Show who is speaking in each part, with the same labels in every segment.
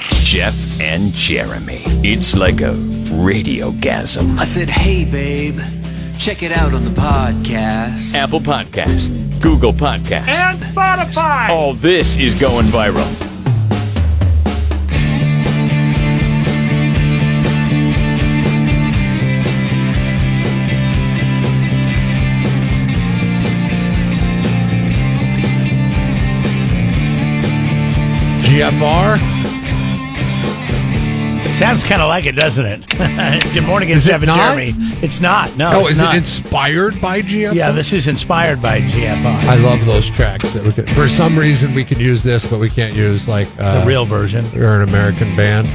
Speaker 1: Jeff and Jeremy. It's like a radiogasm.
Speaker 2: I said, hey, babe, check it out on the podcast.
Speaker 1: Apple Podcast, Google Podcast.
Speaker 3: and Spotify.
Speaker 1: All this is going viral.
Speaker 4: Oh,
Speaker 5: GFR.
Speaker 4: Sounds kind of like it, doesn't it? Good morning, it's
Speaker 5: it
Speaker 4: Jeff and
Speaker 5: not?
Speaker 4: Jeremy. It's not. No,
Speaker 5: Oh,
Speaker 4: it's
Speaker 5: is
Speaker 4: not.
Speaker 5: it inspired by GFR?
Speaker 4: yeah, this is inspired by GFI,
Speaker 5: I love those tracks that we could. For some reason, we could use this, but we can't use like uh,
Speaker 4: the real version.
Speaker 5: You're an American band.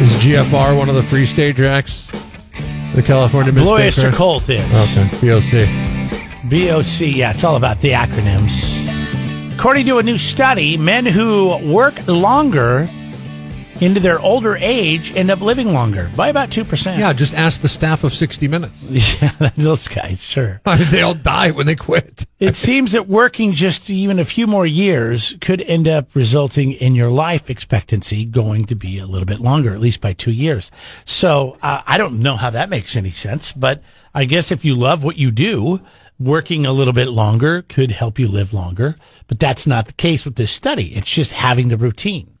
Speaker 5: Is GFR one of the free stage acts? The California Mid
Speaker 4: Blue
Speaker 5: State
Speaker 4: Oyster
Speaker 5: Band?
Speaker 4: Cult is.
Speaker 5: Okay, BOC.
Speaker 4: BOC, yeah, it's all about the acronyms. According to a new study, men who work longer into their older age end up living longer by about 2%.
Speaker 5: Yeah, just ask the staff of 60 Minutes.
Speaker 4: Yeah, those guys, sure.
Speaker 5: I mean, they all die when they quit.
Speaker 4: It seems that working just even a few more years could end up resulting in your life expectancy going to be a little bit longer, at least by two years. So uh, I don't know how that makes any sense, but I guess if you love what you do, working a little bit longer could help you live longer. But that's not the case with this study. It's just having the routine.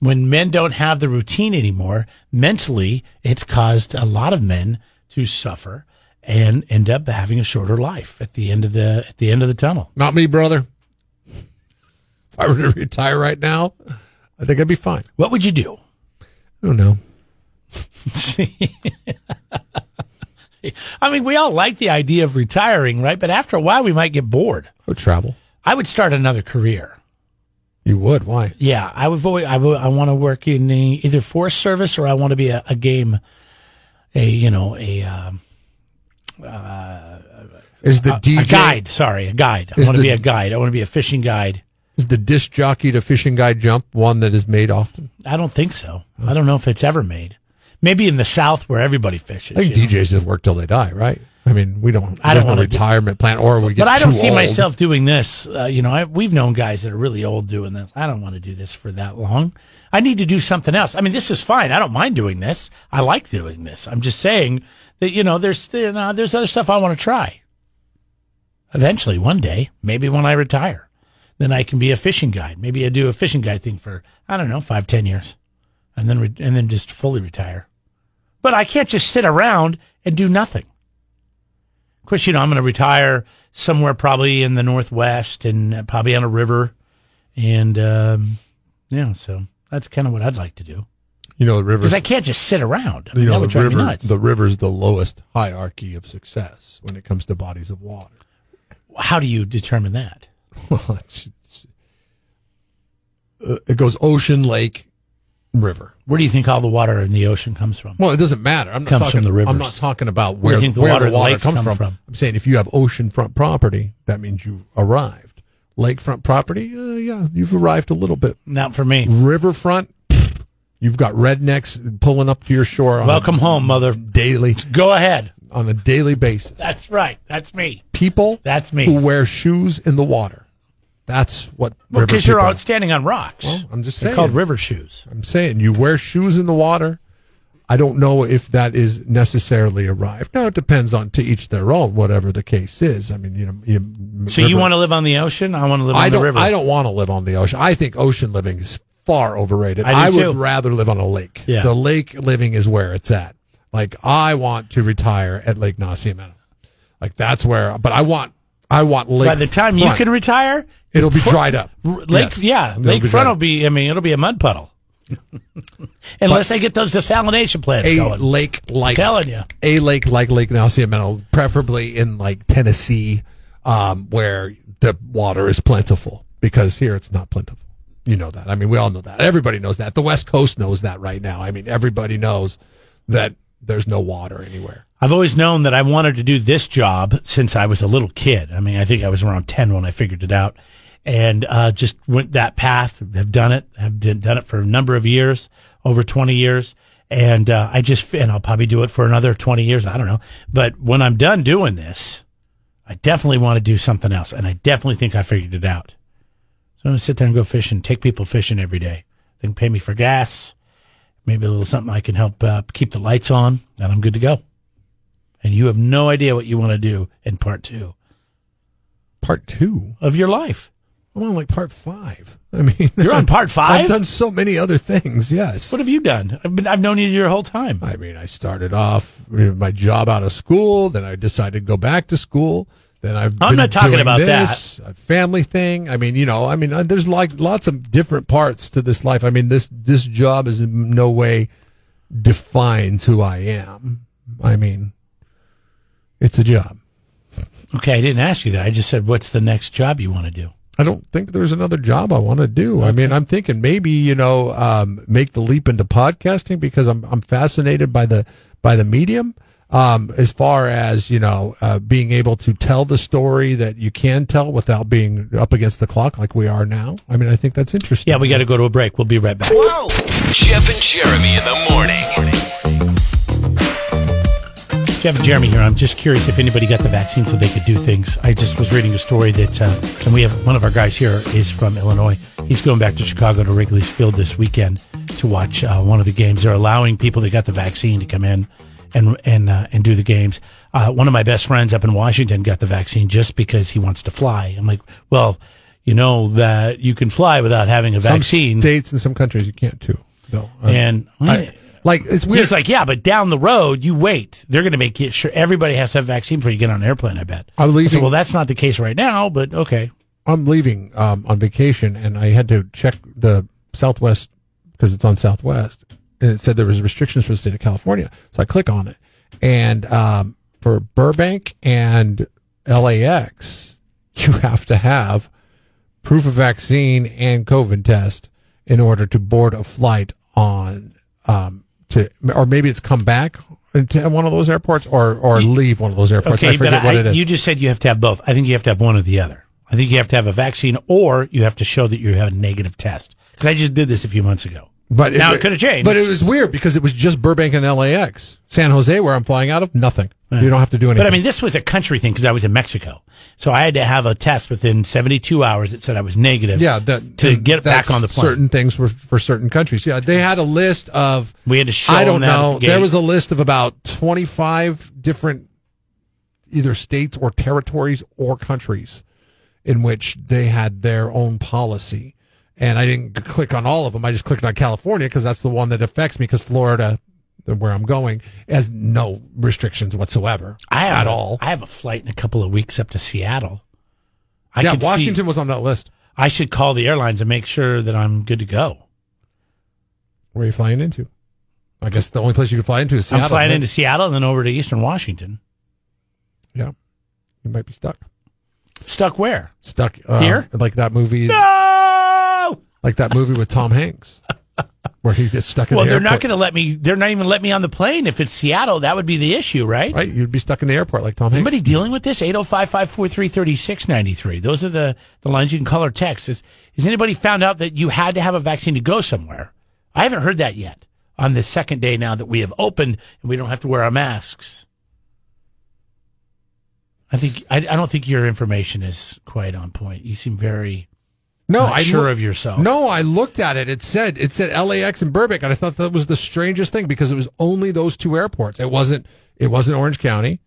Speaker 4: When men don't have the routine anymore, mentally, it's caused a lot of men to suffer and end up having a shorter life at the end of the at the end of the tunnel.
Speaker 5: Not me, brother. If I were to retire right now, I think I'd be fine.
Speaker 4: What would you do?
Speaker 5: I don't know.
Speaker 4: I mean, we all like the idea of retiring, right? But after a while, we might get bored.
Speaker 5: I would travel.
Speaker 4: I would start another career.
Speaker 5: You would. Why?
Speaker 4: Yeah, I would. Always, I would, I want to work in the either forest service or I want to be a, a game, a you know a, um,
Speaker 5: Is the
Speaker 4: a
Speaker 5: DJ
Speaker 4: guide. Sorry, a guide. I
Speaker 5: Is
Speaker 4: want to
Speaker 5: the-
Speaker 4: be a guide. I want to be a fishing guide.
Speaker 5: Is the disc jockey to fishing guy jump one that is made often?
Speaker 4: I don't think so. I don't know if it's ever made. Maybe in the South where everybody fishes.
Speaker 5: I think
Speaker 4: you know?
Speaker 5: DJs just work till they die, right? I mean, we don't.
Speaker 4: I
Speaker 5: there's
Speaker 4: don't
Speaker 5: no
Speaker 4: wanna do-
Speaker 5: retirement plan, or we get.
Speaker 4: But I don't
Speaker 5: too
Speaker 4: see
Speaker 5: old.
Speaker 4: myself doing this. Uh, you know, I, we've known guys that are really old doing this. I don't want to do this for that long. I need to do something else. I mean, this is fine. I don't mind doing this. I like doing this. I'm just saying that you know, there's you know, there's other stuff I want to try. Eventually, one day, maybe when I retire, then I can be a fishing guide. Maybe I do a fishing guide thing for I don't know five, ten years, and then re- and then just fully retire. But I can't just sit around and do nothing. Of course, you know, I'm going to retire somewhere probably in the Northwest and uh, probably on a river. And, um, yeah, so that's kind of what I'd like to do.
Speaker 5: You know the river.
Speaker 4: Because I can't just sit around. I mean,
Speaker 5: You
Speaker 4: that
Speaker 5: know
Speaker 4: would
Speaker 5: the
Speaker 4: drive me
Speaker 5: river.
Speaker 4: nuts.
Speaker 5: The river's the lowest hierarchy of success when it comes to bodies of water.
Speaker 4: How do you determine that?
Speaker 5: Well, it's- it's- uh, it goes ocean, lake, river.
Speaker 4: Where do you think all the water in the ocean comes from?
Speaker 5: Well, it doesn't matter. I'm not
Speaker 4: Comes
Speaker 5: talking,
Speaker 4: from the
Speaker 5: I'm not
Speaker 4: rivers.
Speaker 5: talking about
Speaker 4: do
Speaker 5: where,
Speaker 4: you think the
Speaker 5: where
Speaker 4: water
Speaker 5: the
Speaker 4: and
Speaker 5: water
Speaker 4: lakes
Speaker 5: comes
Speaker 4: come
Speaker 5: from.
Speaker 4: from?
Speaker 5: I'm saying if you have oceanfront property, that means you've arrived. Lakefront property, uh, yeah, you've arrived a little bit.
Speaker 4: Not for me.
Speaker 5: Riverfront, you've got rednecks pulling up to your shore. On
Speaker 4: Welcome home, mother.
Speaker 5: A daily
Speaker 4: Go ahead.
Speaker 5: on a daily basis.
Speaker 4: That's right. That's me.
Speaker 5: People
Speaker 4: That's me.
Speaker 5: who wear shoes in the water. That's what
Speaker 4: Well,
Speaker 5: river
Speaker 4: because you're
Speaker 5: people
Speaker 4: out standing on rocks.
Speaker 5: Well, I'm just
Speaker 4: They're
Speaker 5: saying.
Speaker 4: called river shoes.
Speaker 5: I'm saying you wear shoes in the water. I don't know if that is necessarily arrived. Now it depends on to each their own, whatever the case is. I mean, you know, you,
Speaker 4: So you want to live on the ocean? I want to live on
Speaker 5: I
Speaker 4: the
Speaker 5: don't.
Speaker 4: river.
Speaker 5: I don't want to live on the ocean. I think ocean living is far overrated.
Speaker 4: I do
Speaker 5: would
Speaker 4: too.
Speaker 5: rather live on a lake.
Speaker 4: Yeah.
Speaker 5: The lake living is where it's at. Like I want to retire at Lake Nasiamena. Like that's where. But I want. I want lake.
Speaker 4: By the time you
Speaker 5: front.
Speaker 4: can retire,
Speaker 5: it'll be dried up.
Speaker 4: R- Lake,
Speaker 5: Yes.
Speaker 4: yeah,
Speaker 5: It'll be dried
Speaker 4: lakefront
Speaker 5: up.
Speaker 4: will be. I mean, it'll be a mud puddle, unless they get those desalination plants
Speaker 5: a
Speaker 4: going.
Speaker 5: lake like
Speaker 4: Telling ya.
Speaker 5: a lake like Lake Nacimiento, preferably in like Tennessee, um, where the water is plentiful. Because here it's not plentiful. You know that. I mean, we all know that. Everybody knows that. The West Coast knows that right now. I mean, everybody knows that there's no water anywhere.
Speaker 4: I've always known that I wanted to do this job since I was a little kid. I mean, I think I was around ten when I figured it out, and uh, just went that path. Have done it. Have d- done it for a number of years, over twenty years, and uh, I just and I'll probably do it for another twenty years. I don't know, but when I'm done doing this, I definitely want to do something else, and I definitely think I figured it out. So I'm gonna sit there and go fishing, take people fishing every day. They can pay me for gas, maybe a little something I can help uh, keep the lights on, and I'm good to go. And you have no idea what you want to do in part two
Speaker 5: Part two.
Speaker 4: of your life.
Speaker 5: I'm on like part five. I mean,
Speaker 4: You're on part five?
Speaker 5: I've done so many other things. Yes.
Speaker 4: What have you done? I've, been, I've known you your whole time.
Speaker 5: I mean, I started off with my job out of school, then I decided to go back to school. Then I've
Speaker 4: I'm
Speaker 5: been
Speaker 4: not talking
Speaker 5: doing
Speaker 4: about
Speaker 5: this, that a family thing. I mean, you know, I mean, uh, there's like lots of different parts to this life. I mean, this this job is in no way defines who I am. I mean, it's a job.
Speaker 4: Okay, I didn't ask you that. I just said, what's the next job you want to do?
Speaker 5: I don't think there's another job I want to do. I mean, I'm thinking maybe you know um, make the leap into podcasting because I'm I'm fascinated by the by the medium. Um, as far as you know, uh, being able to tell the story that you can tell without being up against the clock like we are now. I mean, I think that's interesting.
Speaker 4: Yeah, we got to go to a break. We'll be right back.
Speaker 3: Jeff and Jeremy in the morning.
Speaker 4: Jeff and Jeremy here. I'm just curious if anybody got the vaccine so they could do things. I just was reading a story that, uh, and we have one of our guys here is from Illinois. He's going back to Chicago to Wrigley's Field this weekend to watch uh, one of the games. They're allowing people that got the vaccine to come in and and uh, and do the games. Uh, one of my best friends up in Washington got the vaccine just because he wants to fly. I'm like, well, you know that you can fly without having a
Speaker 5: some
Speaker 4: vaccine,
Speaker 5: states and some countries you can't too. No, Uh,
Speaker 4: and.
Speaker 5: I- like it's weird.
Speaker 4: He's like, yeah, but down the road, you wait. They're going to make it sure everybody has to have a vaccine before you get on an airplane. I bet.
Speaker 5: I'm leaving-
Speaker 4: I said, well, that's not the case right now, but okay.
Speaker 5: I'm leaving um, on vacation, and I had to check the Southwest because it's on Southwest, and it said there was restrictions for the state of California. So I click on it, and um, for Burbank and LAX, you have to have proof of vaccine and COVID test in order to board a flight on um, to, or maybe it's come back into one of those airports or or leave one of those airports.
Speaker 4: Okay,
Speaker 5: I forget
Speaker 4: but
Speaker 5: what
Speaker 4: I,
Speaker 5: it is.
Speaker 4: you just said you have to have both. I think you have to have one or the other. I think you have to have a vaccine or you have to show that you have a negative test. Because I just did this a few months ago.
Speaker 5: But
Speaker 4: Now it could have changed.
Speaker 5: But it was weird because it was just Burbank and LAX, San Jose, where I'm flying out of. Nothing. You don't have to do anything.
Speaker 4: But I mean, this was a country thing because I was in Mexico, so I had to have a test within seventy-two hours that said I was negative.
Speaker 5: yeah, that,
Speaker 4: to get
Speaker 5: that's
Speaker 4: back on the plane.
Speaker 5: Certain things were for certain countries. Yeah, they had a list of.
Speaker 4: We had to show
Speaker 5: I don't
Speaker 4: them that at
Speaker 5: know.
Speaker 4: the
Speaker 5: there
Speaker 4: gate.
Speaker 5: was a list of about 25 different, either states or territories or countries, in which they had their own policy. And I didn't g- click on all of them. I just clicked on California because that's the one that affects me. Because Florida, where I'm going, has no restrictions whatsoever
Speaker 4: I have
Speaker 5: at
Speaker 4: a-
Speaker 5: all.
Speaker 4: I have a flight in a couple of weeks up to Seattle. I
Speaker 5: yeah,
Speaker 4: could see-
Speaker 5: Washington was on that list.
Speaker 4: I should call the airlines and make sure that I'm good to go.
Speaker 5: Where are you flying into? I guess the only place you could fly into is Seattle.
Speaker 4: I'm flying
Speaker 5: right?
Speaker 4: into Seattle and then over to Eastern Washington.
Speaker 5: Yeah, you might be stuck.
Speaker 4: Stuck where?
Speaker 5: Stuck uh,
Speaker 4: Here?
Speaker 5: like that movie.
Speaker 4: No.
Speaker 5: like that movie with Tom Hanks, where he gets stuck in
Speaker 4: Well,
Speaker 5: the
Speaker 4: they're
Speaker 5: airport.
Speaker 4: not going to let me. They're not even let me on the plane if it's Seattle. That would be the issue, right?
Speaker 5: right? You'd be stuck in the airport like Tom Hanks.
Speaker 4: Anybody dealing with this? 805-543-3693. Those are the, the lines you can call or text. Is, has anybody found out that you had to have a vaccine to go somewhere? I haven't heard that yet on the second day now that we have opened and we don't have to wear our masks. I think I, I don't think your information is quite on point. You seem very
Speaker 5: no,
Speaker 4: not sure
Speaker 5: loo-
Speaker 4: of yourself.
Speaker 5: No, I looked at it. It said it said LAX and Burbank, and I thought that was the strangest thing because it was only those two airports. It wasn't it wasn't Orange County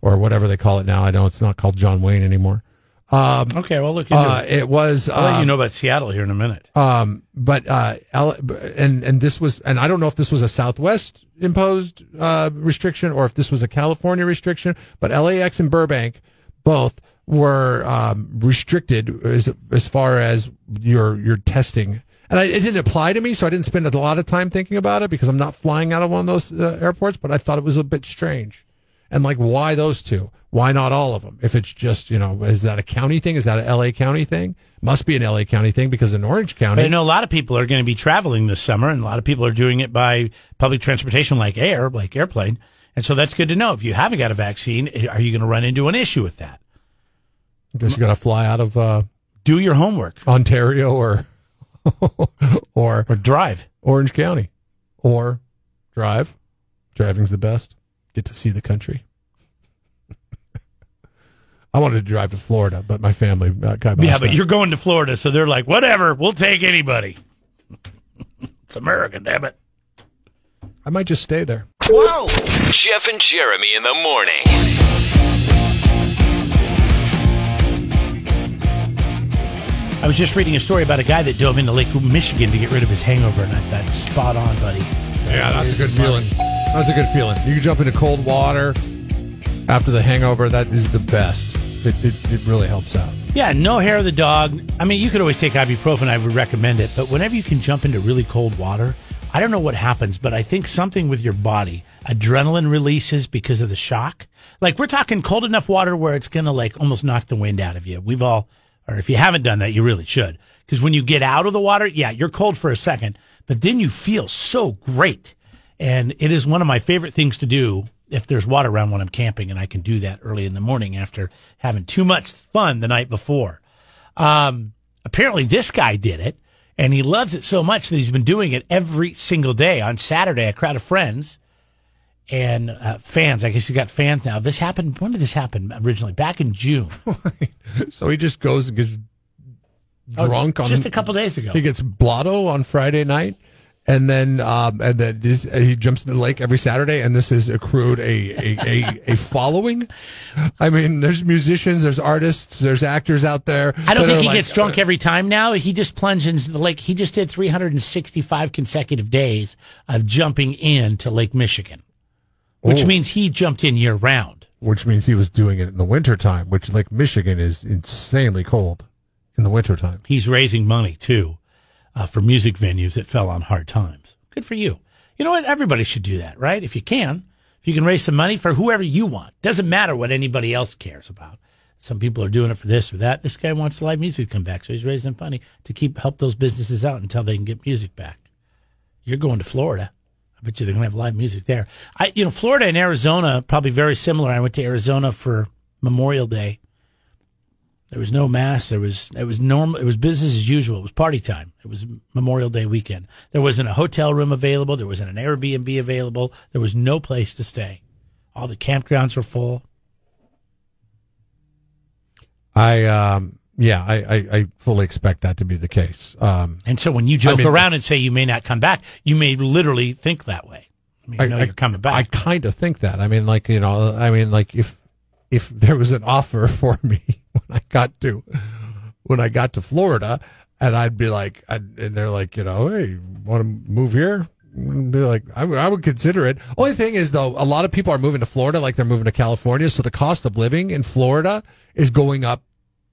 Speaker 5: or whatever they call it now. I know it's not called John Wayne anymore.
Speaker 4: Okay, well look into
Speaker 5: Uh,
Speaker 4: it.
Speaker 5: it was.
Speaker 4: I'll let
Speaker 5: um,
Speaker 4: you know about Seattle here in a minute.
Speaker 5: Um, but uh, L- and and this was, and I don't know if this was a Southwest imposed uh, restriction or if this was a California restriction. But LAX and Burbank both were um, restricted as as far as your your testing. And I, it didn't apply to me, so I didn't spend a lot of time thinking about it because I'm not flying out of one of those uh, airports. But I thought it was a bit strange. And like, why those two? Why not all of them? If it's just, you know, is that a county thing? Is that a LA County thing? Must be an LA County thing because in Orange County,
Speaker 4: But I know a lot of people are going to be traveling this summer, and a lot of people are doing it by public transportation, like air, like airplane. And so that's good to know. If you haven't got a vaccine, eh, are you going to run into an issue with that?
Speaker 5: because you got to fly out of uh,
Speaker 4: Do your homework
Speaker 5: Ontario or or
Speaker 4: or drive.
Speaker 5: Orange County or drive. Driving's the best. Get to see the country. I wanted to drive to Florida, but my family uh, got
Speaker 4: yeah, but you're going to Florida, so they're like, whatever, we'll take anybody. it's America, damn it.
Speaker 5: I might just stay there.
Speaker 3: Jeff and Jeremy in the morning.
Speaker 4: I was just reading a story about a guy that dove into Lake Michigan to get rid of his hangover, and I thought, spot on, buddy.
Speaker 5: Yeah, that's a good feeling. That's a good feeling. You can jump into cold water after the hangover. That is the best. It, it, it really helps out.
Speaker 4: Yeah, no hair of the dog. I mean, you could always take ibuprofen. I would recommend it. But whenever you can jump into really cold water, I don't know what happens, but I think something with your body, adrenaline releases because of the shock. Like we're talking cold enough water where it's going to like almost knock the wind out of you. We've all, or if you haven't done that, you really should. Cause when you get out of the water, yeah, you're cold for a second, but then you feel so great. And it is one of my favorite things to do if there's water around when I'm camping, and I can do that early in the morning after having too much fun the night before. Um, apparently, this guy did it, and he loves it so much that he's been doing it every single day. On Saturday, a crowd of friends and uh, fans, I guess he's got fans now. This happened, when did this happen originally? Back in June.
Speaker 5: So he just goes and gets drunk on
Speaker 4: Oh, Just a couple days ago.
Speaker 5: He gets blotto on Friday night, and then um, and then just, uh, he jumps in the lake every Saturday, and this has accrued a a, a, a following. I mean, there's musicians, there's artists, there's actors out there.
Speaker 4: I don't
Speaker 5: uh,
Speaker 4: think he gets drunk every time now. He just plunges into the lake. He just did 365 consecutive days of jumping in to Lake Michigan, which
Speaker 5: Ooh.
Speaker 4: means he jumped in year round.
Speaker 5: oh, which means he was doing it in the wintertime, which Lake Michigan is insanely cold in the wintertime.
Speaker 4: He's raising money too uh, for music venues that fell on hard times. Good for you. You know what? Everybody should do that, right? If you can, if you can raise some money for whoever you want, doesn't matter what anybody else cares about. Some people are doing it for this or that. This guy wants live music to come back, so he's raising money to keep help those businesses out until they can get music back. You're going to Florida. I bet you they're going to have live music there. I, you know, Florida and Arizona probably very similar. I went to Arizona for Memorial Day there was no mass. There was it was normal. It was business as usual. It was party time. It was Memorial Day weekend. There wasn't a hotel room available. There wasn't an Airbnb available. There was no place to stay. All the campgrounds were full.
Speaker 5: I um yeah, I, I, I fully expect that to be the case. Um,
Speaker 4: And so when you joke
Speaker 5: mean-
Speaker 4: around and say you may not come back, you may literally think that way. I mean, you know you're coming
Speaker 5: I
Speaker 4: back.
Speaker 5: kind of think that. I mean, like you know, I mean, like if if there was an offer for me when I got to when I got to Florida, and I'd be like, I'd, and they're like, you know, hey, want to move here? And Be like, I would- I would consider it. Only thing is though, a lot of people are moving to Florida, like they're moving to California, so the cost of living in Florida is going up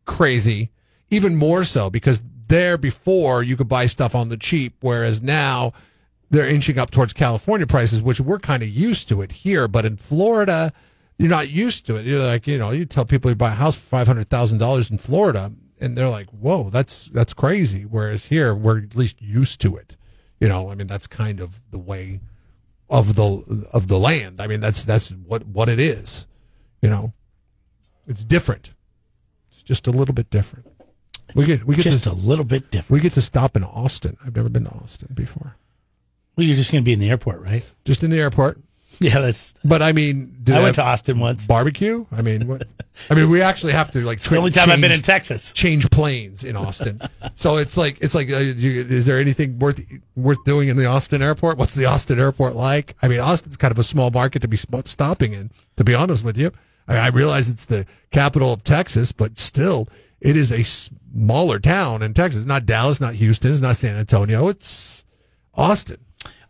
Speaker 5: crazy, even more so because there before you could buy stuff on the cheap, whereas now they're inching up towards California prices, which we're kind of used to it here. But in Florida, you're not used to it. You're like, you know, you tell people you buy a house for five hundred thousand dollars in Florida, and they're like, whoa, that's that's crazy. Whereas here, we're at least used to it. You know, I mean, that's kind of the way of the of the land. I mean, that's that's what what it is. You know, it's different. It's just a little bit different. We get we get
Speaker 4: Just
Speaker 5: to,
Speaker 4: a little bit different.
Speaker 5: we get to stop in Austin. I've never been to Austin before.
Speaker 4: Well, you're just going to be in the airport, right?
Speaker 5: Just in the airport.
Speaker 4: Yeah, that's.
Speaker 5: But I mean, do
Speaker 4: I
Speaker 5: they
Speaker 4: went to
Speaker 5: have
Speaker 4: Austin once.
Speaker 5: barbecue. I mean, what? I mean, we actually have to like
Speaker 4: The only time I've been in
Speaker 5: change-
Speaker 4: Texas.
Speaker 5: Change planes in Austin, so it's like it's like uh, you, is there anything worth worth doing in the Austin airport? What's the Austin airport like? I mean, Austin's kind of a small market to be sp- stopping in. To be honest with you, I, I realize it's the capital of Texas, but still, it is a smaller town in Texas. Not Dallas, not Houston, it's not San Antonio. It's Austin.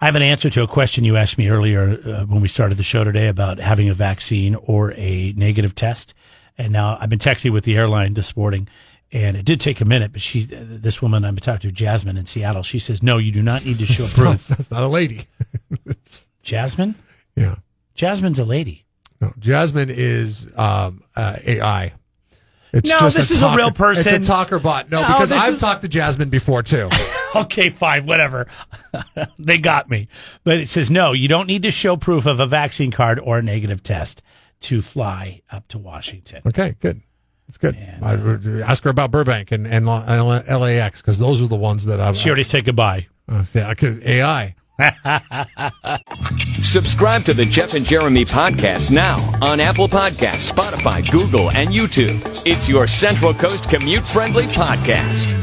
Speaker 4: I have an answer to a question you asked me earlier uh, when we started the show today about having a vaccine or a negative test. And now I've been texting with the airline this morning, and it did take a minute. But she, this woman I'm talking to, Jasmine in Seattle, she says, "No, you do not need to show proof."
Speaker 5: That's not a lady. It's-
Speaker 4: Jasmine,
Speaker 5: yeah.
Speaker 4: Jasmine's a lady.
Speaker 5: No, Jasmine is um, uh, AI. It's
Speaker 4: No, this is a
Speaker 5: talker-
Speaker 4: real person.
Speaker 5: It's a talker bot. No,
Speaker 4: No,
Speaker 5: because
Speaker 4: this
Speaker 5: I've
Speaker 4: is-
Speaker 5: talked to Jasmine before too.
Speaker 4: okay, fine, whatever. they got me. But it says, no, you don't need to show proof of a vaccine card or a negative test to fly up to Washington.
Speaker 5: Okay, good. That's good. I, would ask her about Burbank and, and L- L- LAX because those are the ones that I've.
Speaker 4: She already said goodbye.
Speaker 5: uh, yeah, 'cause AI.
Speaker 1: Subscribe to the Jeff and Jeremy podcast now on Apple Podcasts, Spotify, Google, and YouTube. It's your Central Coast commute friendly podcast.